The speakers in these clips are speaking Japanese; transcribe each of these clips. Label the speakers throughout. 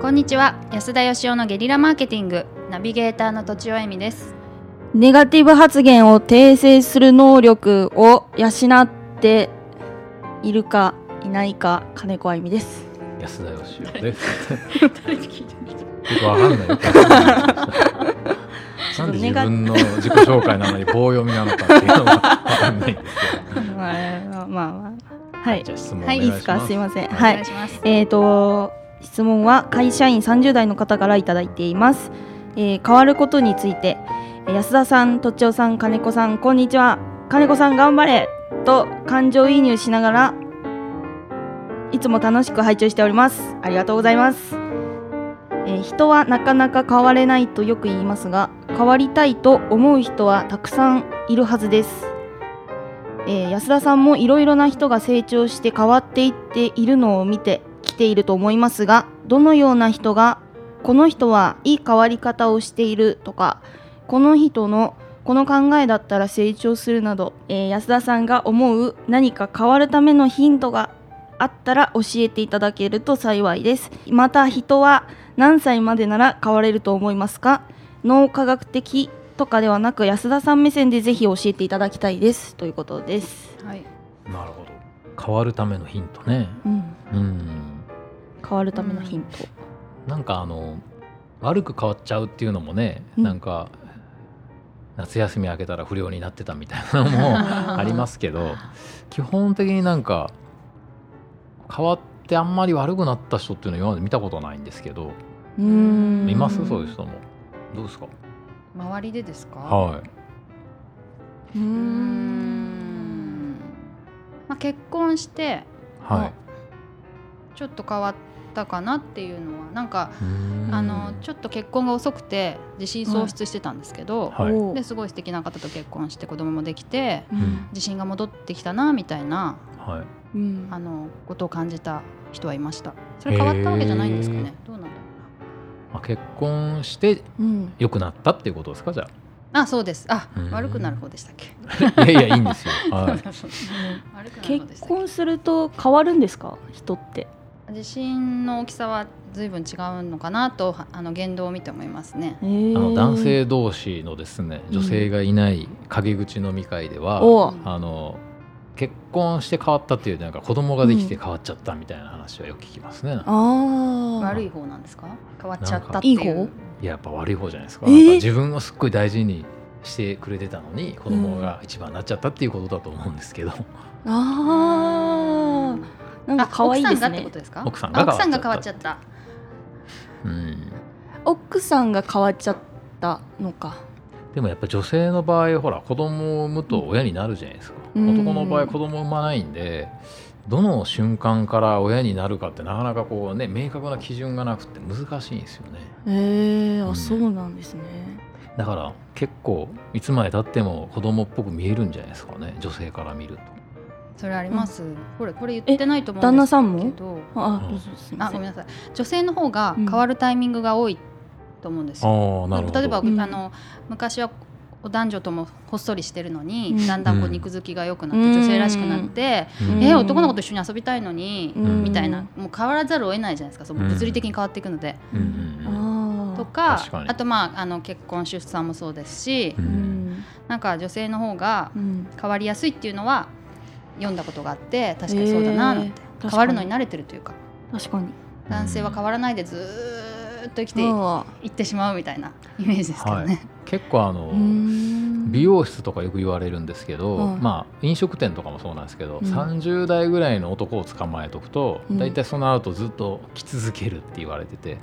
Speaker 1: こんにちは安田義雄のゲリラマーケティングナビゲーターのとちおえみです
Speaker 2: ネガティブ発言を訂正する能力を養っているかいないか金子あゆみです。
Speaker 3: 安田義雄です。
Speaker 1: 誰に聞いてる人
Speaker 3: よくわかんない。なんで自分の自己紹介なのに棒読みなのかっていうのがわかんないんですけど。
Speaker 2: まあまあまあ、はい
Speaker 3: じ、ゃあ質問
Speaker 1: は
Speaker 3: お願
Speaker 2: い
Speaker 3: い
Speaker 2: いで
Speaker 3: します
Speaker 2: か、すいません。
Speaker 3: はい
Speaker 2: は
Speaker 1: お願
Speaker 2: い
Speaker 1: い、します
Speaker 2: えーと質問は会社員30代の方からいただいています。えー変わることについてえー安田さん、とちおさん、金子さん、こんにちは。金子さん頑張れと感情移入しながらいつも楽しく拝聴しております。ありがとうございます。えー人はなかなか変われないとよく言いますが、変わりたいと思う人はたくさんいるはずです。えー安田さんもいろいろな人が成長して変わっていっているのを見てきていると思いますがどのような人がこの人はいい変わり方をしているとかこの人のこの考えだったら成長するなど、えー安田さんが思う何か変わるためのヒントがあったら教えていただけると幸いですまた人は何歳までなら変われると思いますか脳科学的とかではなく安田さん目線でぜひ教えていただきたいですということです。
Speaker 1: はい
Speaker 3: なるほど。変わるためのヒントね。
Speaker 2: うん、
Speaker 3: うん。
Speaker 2: 変わるためのヒント。
Speaker 3: なんかあの悪く変わっちゃうっていうのもね、
Speaker 2: うん。
Speaker 3: なんか夏休み明けたら不良になってたみたいなのもありますすけど基本的になんか変わってあんまり悪くなった人っていうのは今まで見たことないんですけど
Speaker 2: うーん。
Speaker 3: 見ますそういう人もどうですか
Speaker 1: 周りでですか
Speaker 3: は
Speaker 2: うー
Speaker 1: うーん
Speaker 2: ん。
Speaker 1: まあ結婚して
Speaker 3: いはい
Speaker 1: ちょっと変わったかなっていうのはなんかあ
Speaker 3: あ
Speaker 1: のちょっと結婚が遅くて自信喪失してたんですけど、
Speaker 3: はい
Speaker 2: おう
Speaker 1: ですごい素敵な方と結婚して子供もできて
Speaker 2: うん
Speaker 1: 自信が戻ってきたなみたいな
Speaker 3: はい
Speaker 2: うん
Speaker 1: あのことを感じた人はいましたそれ変わったわけじゃないんですかね、どうなんだろ
Speaker 3: まあ結婚して
Speaker 2: うん
Speaker 3: 良くなったっていうことですかじゃ
Speaker 1: うなあそうですあ
Speaker 3: うん
Speaker 1: 悪くなる方でしたっけ、
Speaker 3: あいやいやいいんですよ は
Speaker 1: そ
Speaker 3: い
Speaker 1: う悪くなる方でし
Speaker 2: 結
Speaker 1: たっけ
Speaker 2: 婚すると変わるんですか人って。
Speaker 1: 自信の大きさは随分違うのかなとあの言動を見て思いますね
Speaker 2: あ
Speaker 3: あの
Speaker 2: の
Speaker 3: 男性同士のですね女性がいない陰口飲み会では、
Speaker 2: を
Speaker 3: あの結婚して変わったっていうよりなんか子供ができて変わっちゃったみたいな話はよく聞きますね、
Speaker 2: ああ
Speaker 1: 悪い方なんですか変わっちゃったってい
Speaker 2: なんかいうい方
Speaker 3: いややっぱ悪い方じゃないですか,、
Speaker 2: えー
Speaker 3: 自分をすっごい大事にしてくれてたのに子供が一番になっちゃったっていうことだと思うんですけど、
Speaker 2: ああなんか可愛いです
Speaker 1: あ奥さんがって
Speaker 2: ね
Speaker 1: ことですか
Speaker 3: 奥さんが
Speaker 1: あ奥さんが変
Speaker 3: 変
Speaker 1: わ
Speaker 3: わ
Speaker 1: っ
Speaker 3: っ
Speaker 1: ち
Speaker 3: ち
Speaker 1: ゃ
Speaker 3: ゃ
Speaker 1: った
Speaker 3: うん、
Speaker 2: 奥さんが変わっちゃったのか
Speaker 3: でもやっぱ女性の場合ほら子供を産むと親になるじゃないですか、
Speaker 2: うん
Speaker 3: 男の場合子供を産まないんでどの瞬間から親になるかってなかなかこうね明確な基準がなくて難しいんですよね
Speaker 2: へえ
Speaker 3: う
Speaker 2: あ
Speaker 3: ん
Speaker 2: そうなんですね
Speaker 3: だから結構いつまでたっても子供っぽく見えるんじゃないですかね女性から見ると
Speaker 1: それあります、これこれ言ってないと思うんですけど
Speaker 2: 旦那さんも
Speaker 1: ど
Speaker 2: あ
Speaker 3: うん
Speaker 2: どうぞすいま
Speaker 1: あ
Speaker 2: せ
Speaker 1: ご
Speaker 2: ん
Speaker 1: めんなさい女性の方が変わるタイミングが多いと思うんですよ、
Speaker 3: ああなるほど
Speaker 1: 例えば、
Speaker 2: うん
Speaker 1: あの昔はお男女ともほっそりしてるのに、
Speaker 2: うん
Speaker 1: だんだんこう肉付きが良くなって、
Speaker 2: うん
Speaker 1: 女性らしくなって、
Speaker 2: うん
Speaker 1: え男の子と一緒に遊びたいのに、
Speaker 3: ん
Speaker 1: みたいなもう変わらざるを得ないじゃないですかその物理的に変わっていくので、
Speaker 3: うんうんうん
Speaker 2: ああ
Speaker 1: とか
Speaker 3: 確かに
Speaker 1: あとまああの結婚出産もそうですし、
Speaker 3: う
Speaker 2: うんん
Speaker 1: なんか女性の方が
Speaker 2: うん
Speaker 1: 変わりやすいっていうのは読んだことがあって確かにそうだななんて、
Speaker 2: えー
Speaker 1: 変わるのに慣れてるというか
Speaker 2: 確かに
Speaker 1: 男性は変わらないでずーっと生きてい
Speaker 2: あ
Speaker 1: ってしまうみたいなイメージですけどね。
Speaker 3: 結構あ
Speaker 2: あ
Speaker 3: の、
Speaker 2: うーん
Speaker 3: 美容室とかよく言われるんですけど、
Speaker 2: はい
Speaker 3: まあ飲食店とかもそうなんですけど、
Speaker 2: うん
Speaker 3: 30代ぐらいの男を捕まえとくと
Speaker 2: うん
Speaker 3: 大体、その後ずっと来続けるって言われてて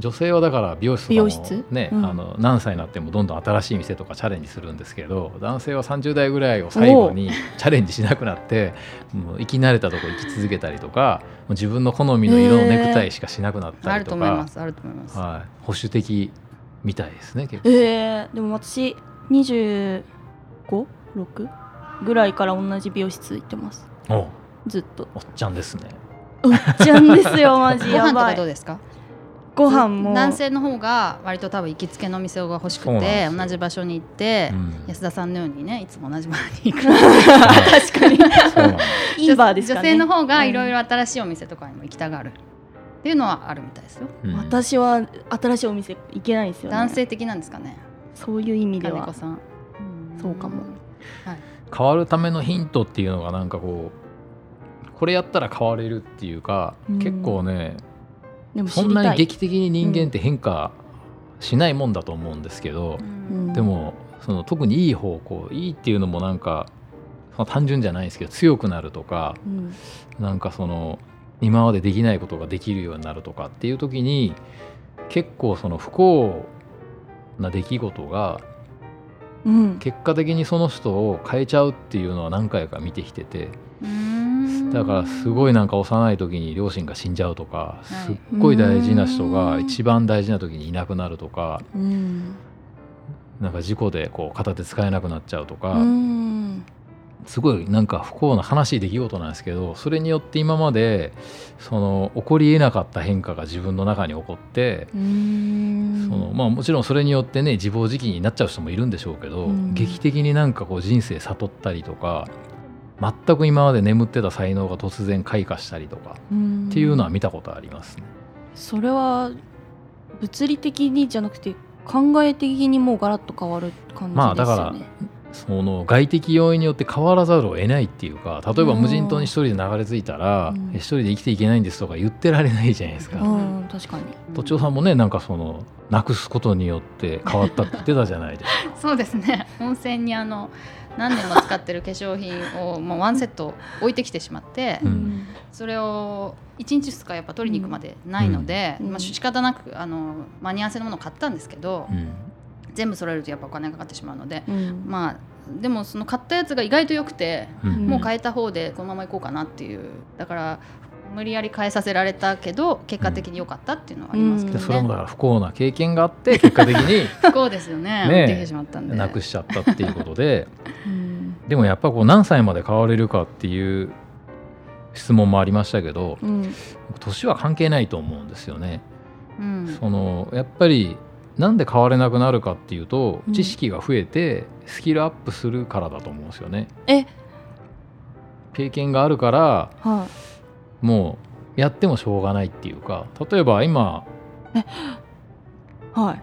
Speaker 3: 女性はだから美容室と
Speaker 2: 美
Speaker 3: か
Speaker 2: 容
Speaker 3: も
Speaker 2: 室
Speaker 3: ね、
Speaker 2: うん
Speaker 3: あの何歳になってもどんどん新しい店とかチャレンジするんですけど男性は30代ぐらいを最後にチャレンジしなくなってもう生き慣れたとこ生き続けたりとかもう自分の好みの色のネクタイしかしなくなった
Speaker 1: ある
Speaker 3: り
Speaker 1: と
Speaker 3: と
Speaker 1: 思い
Speaker 3: か
Speaker 1: ま、すあると思います。
Speaker 3: はい、保守的みたいですね結構。
Speaker 2: えー、でも私2 5 6ぐらいから同じ美容室行ってます
Speaker 3: お
Speaker 2: ずっと
Speaker 3: おっちゃんですね。
Speaker 2: うっちゃんですよマジ
Speaker 1: ご飯
Speaker 2: や
Speaker 1: と
Speaker 2: ば
Speaker 1: かどう
Speaker 2: い
Speaker 1: ですか
Speaker 2: ご飯も
Speaker 1: 男性の方が割と多分行きつけのお店が欲しく
Speaker 3: そうなんで
Speaker 1: て
Speaker 3: すよ
Speaker 1: 同じ場所に行って、
Speaker 3: うん
Speaker 1: 安田さんのようにねいつも同じ場に行く
Speaker 2: 確かに
Speaker 3: そうなんです
Speaker 2: いいバーですかね
Speaker 1: 女性の方がいろいろ新しいお店とかにも行きたがる、っていうのはあるみたいですよ。
Speaker 3: うん
Speaker 2: 私は新しいお店行けないんですよ、ね、
Speaker 1: 男性的なんですかね。
Speaker 2: そういう意味で
Speaker 1: 金子
Speaker 2: は
Speaker 1: さん。
Speaker 2: そうかも。
Speaker 3: 変わるためのヒントっていうのがなんかこうこれやったら変われるっていうか、
Speaker 2: うん
Speaker 3: 結構ね
Speaker 2: でも知
Speaker 3: そ
Speaker 2: り
Speaker 3: んな
Speaker 2: た
Speaker 3: に
Speaker 2: い
Speaker 3: 劇的に人間って変化しないもんだと思うんですけど、
Speaker 2: うん
Speaker 3: でもその特にいい方向いいっていうのもなんかその単純じゃないんですけど強くなるとか
Speaker 2: うん
Speaker 3: なんかその今までできないことができるようになるとかっていう時に結構その不幸な出来事が
Speaker 2: うん
Speaker 3: 結果的にその人を変えちゃうっていうのは何回か見てきててだからす
Speaker 1: い。
Speaker 3: ごいなんか幼い時に両親が死んじゃうとか
Speaker 1: はい
Speaker 3: すっごい大事な人が一番大事な時にいなくなるとか
Speaker 2: うん
Speaker 3: なんか事故でこう片手使えなくなっちゃうとか。
Speaker 2: うん
Speaker 3: すごいなんか不幸な悲しい出来事なんですけどそれによって今までその起こりえなかった変化が自分の中に起こって、
Speaker 2: うん
Speaker 3: そのまあ、もちろんそれによってね自暴自棄になっちゃう人もいるんでしょうけど、
Speaker 2: うん
Speaker 3: 劇的になんかこう人生悟ったりとか全く今まで眠ってた才能が突然開花したりとか
Speaker 2: うん
Speaker 3: っていうのは見たことありますね。
Speaker 2: それは物理的にじゃなくて考え的にもうガラッと変わる感じですよね。
Speaker 3: まあだからその外的要因によって変わらざるを得ないっていうか例えば無人島に一人で流れ着いたら
Speaker 2: うん
Speaker 3: 一人で生きていけないんですとか言ってられないじゃないですか。
Speaker 2: うん確かに。
Speaker 3: 都庁さんもねなんかそのなくすことによって変わったって言ってたじゃないです か
Speaker 1: そうですね。温泉にあの何年も使ってる化粧品をもうワンセット置いてきてしまって
Speaker 3: う、ん
Speaker 1: それを一日2日やっぱ取りに行くまでないので、
Speaker 2: うん
Speaker 1: まあ仕方なくあの間に合わせのものを買ったんですけど
Speaker 3: う、ん
Speaker 1: 全部揃えるとやっぱお金がかかってしまうので、
Speaker 2: うん
Speaker 1: まあでもその買ったやつが意外と良くて、
Speaker 3: うん
Speaker 1: もう変えた方でこのまま行こうかなっていうだから無理やり変えさせられたけど結果的に良かったっていうのはありますけ
Speaker 3: で
Speaker 1: ど
Speaker 3: それも
Speaker 1: ね、
Speaker 3: だから不幸な経験があって結果的に
Speaker 1: こうですよね
Speaker 3: ねえ
Speaker 1: 持ってきてしまったんで
Speaker 3: なくしちゃったっていうことで
Speaker 2: う ん
Speaker 3: でもやっぱこう何歳まで変われるかっていう質問もありましたけど
Speaker 2: うん
Speaker 3: 僕年は関係ないと思うんですよね。
Speaker 1: うん
Speaker 3: そのやっぱりなんで変われなくなるかっていうと
Speaker 2: うん
Speaker 3: 知識が増えてスキルアップするからだと思うんですよね。
Speaker 2: え
Speaker 3: 経験があるから
Speaker 2: は
Speaker 3: もうやってもしょうがないっていうか例えば今
Speaker 2: いはい。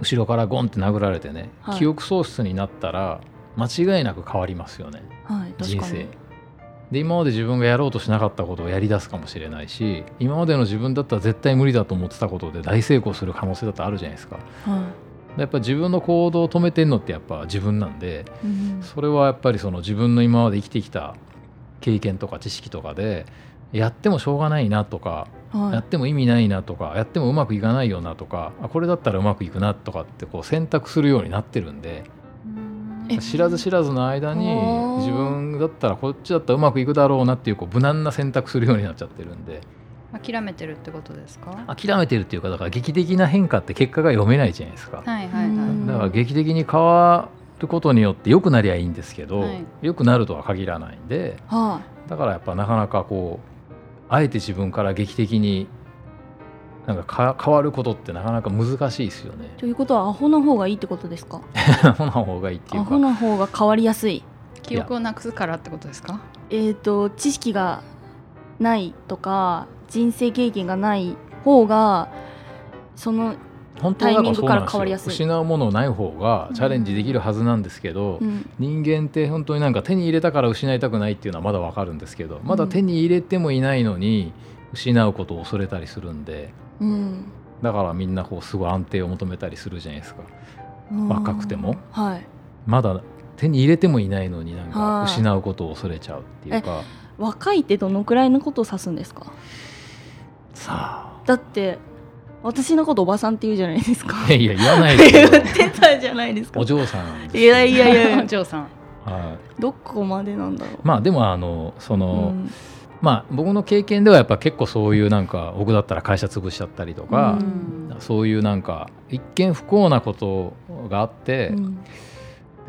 Speaker 3: 後ろからゴンって殴られてね、
Speaker 2: はい
Speaker 3: 記憶喪失になったら間違いなく変わりますよね
Speaker 2: はい、確
Speaker 3: 人
Speaker 2: か
Speaker 3: 生
Speaker 2: に。
Speaker 3: で今まで自分がやろうとしなかったことをやり出すかもしれないし今までの自分だったら絶対無理だと思ってたことで大成功する可能性だってあるじゃないですか
Speaker 2: は
Speaker 3: やっぱ自分の行動を止めてんのってやっぱ自分なんで
Speaker 2: いうん
Speaker 3: それはやっぱりその自分の今まで生きてきた経験とか知識とかでやってもしょうがないなとか
Speaker 2: は
Speaker 3: やっても意味ないなとかやってもうまくいかないよなとかあこれだったらうまくいくなとかってこう選択するようになってるんで
Speaker 1: え
Speaker 3: 知らず知らずの間に
Speaker 2: あー
Speaker 3: 自分だったらこっちだったらうまくいくだろうなっていうこう無難な選択するようになっちゃってるんで
Speaker 1: 諦めてるってことですかは
Speaker 3: 諦めてるっていうかだから劇的な変化って結果が読めないじゃないですか
Speaker 1: いはいはい、
Speaker 2: うん
Speaker 3: だから劇的に変わることによって良くなりゃいいんですけど
Speaker 1: はい
Speaker 3: 良くなるとは限らないんで
Speaker 2: は
Speaker 3: だからやっぱなかなかこうあえて自分から劇的になんかか変わることってなかなか難しいですよね
Speaker 2: い。。ということはアホな方がいいってことですか。
Speaker 3: アホな方がいいってい
Speaker 2: ア
Speaker 3: う
Speaker 2: ホ
Speaker 3: か。
Speaker 2: な方が変わりやすい。
Speaker 1: 記憶をなくすからってことですか
Speaker 2: えっ、と知識がないとか人生経験がない方がその
Speaker 3: 本当は
Speaker 2: タイ
Speaker 3: だからそう
Speaker 2: ミングか
Speaker 3: な
Speaker 2: ら
Speaker 3: んです
Speaker 2: 変わり
Speaker 3: よ
Speaker 2: やすい
Speaker 3: 失うものない方がチャレンジできるはずなんですけど、
Speaker 2: うん
Speaker 3: 人間って本当になんか手に入れたから失いたくないっていうのはまだわかるんですけどまだ手に入れてもいないのに失うことを恐れたりするんで
Speaker 2: うん
Speaker 3: だからみんなこうすごい安定を求めたりするじゃないですか
Speaker 2: うん
Speaker 3: 若くても
Speaker 2: はい
Speaker 3: まだ手に入れてもいないのになんか
Speaker 2: はい
Speaker 3: 失うことを恐れちゃうっていうか
Speaker 2: 若いってどのくらいのことを指すんですか
Speaker 3: さ
Speaker 2: だって私のことおばさんって言うじゃないですか
Speaker 3: あいや言わないで
Speaker 2: 言
Speaker 3: す け
Speaker 2: っ
Speaker 3: ど
Speaker 2: てたじゃないですか
Speaker 3: お嬢さんです
Speaker 2: いやいやいやい
Speaker 1: お
Speaker 2: や
Speaker 1: 嬢さん
Speaker 3: はい
Speaker 2: どこまでなんだろう
Speaker 3: まあでもあのそうの、
Speaker 2: ん
Speaker 3: まあ僕の経験ではやっぱ結構そういうなんか僕だったら会社潰しちゃったりとか
Speaker 2: う、
Speaker 3: そういうなんか一見不幸なことがあって、
Speaker 2: うん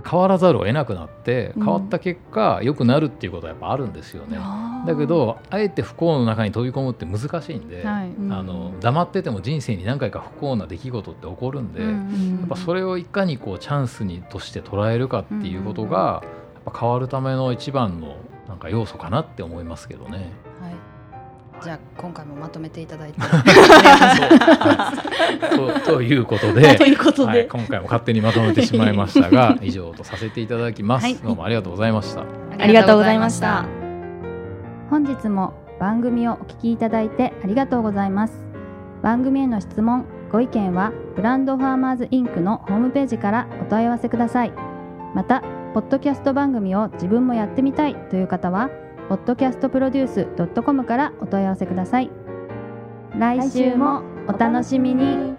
Speaker 3: 変わらざるを得なくなって
Speaker 2: うん
Speaker 3: 変わった結果良くなるっていうことはやっぱあるんですよね。
Speaker 2: あー
Speaker 3: だけどあえて不幸の中に飛び込むって難しいんで、
Speaker 1: はい、
Speaker 2: うん
Speaker 3: あの黙ってても人生に何回か不幸な出来事って起こるんで、や
Speaker 2: や
Speaker 3: っぱそれをいかにこうチャンスにとして捉えるかっていうことが、やっぱ変わるための一番のなんか要素かなって思いますけどね。
Speaker 1: はい、じゃあ今回もまとめていただ いて
Speaker 3: そうということ
Speaker 2: と
Speaker 3: で
Speaker 2: いうこと
Speaker 3: はい、
Speaker 2: で、
Speaker 3: 今回も勝手にまとめてしまいました が以上とさせていただきます、
Speaker 1: はい
Speaker 3: どうもありがとうございました
Speaker 2: ありがとうございました。
Speaker 4: 本日も番組をお聞きいただいてありがとうございます番組への質問ご意見はブランドファーマーズインクのホームページからお問い合わせくださいまたポッドキャスト番組を自分もやってみたいという方は podcastproduce.com からお問い合わせください来週もお楽しみに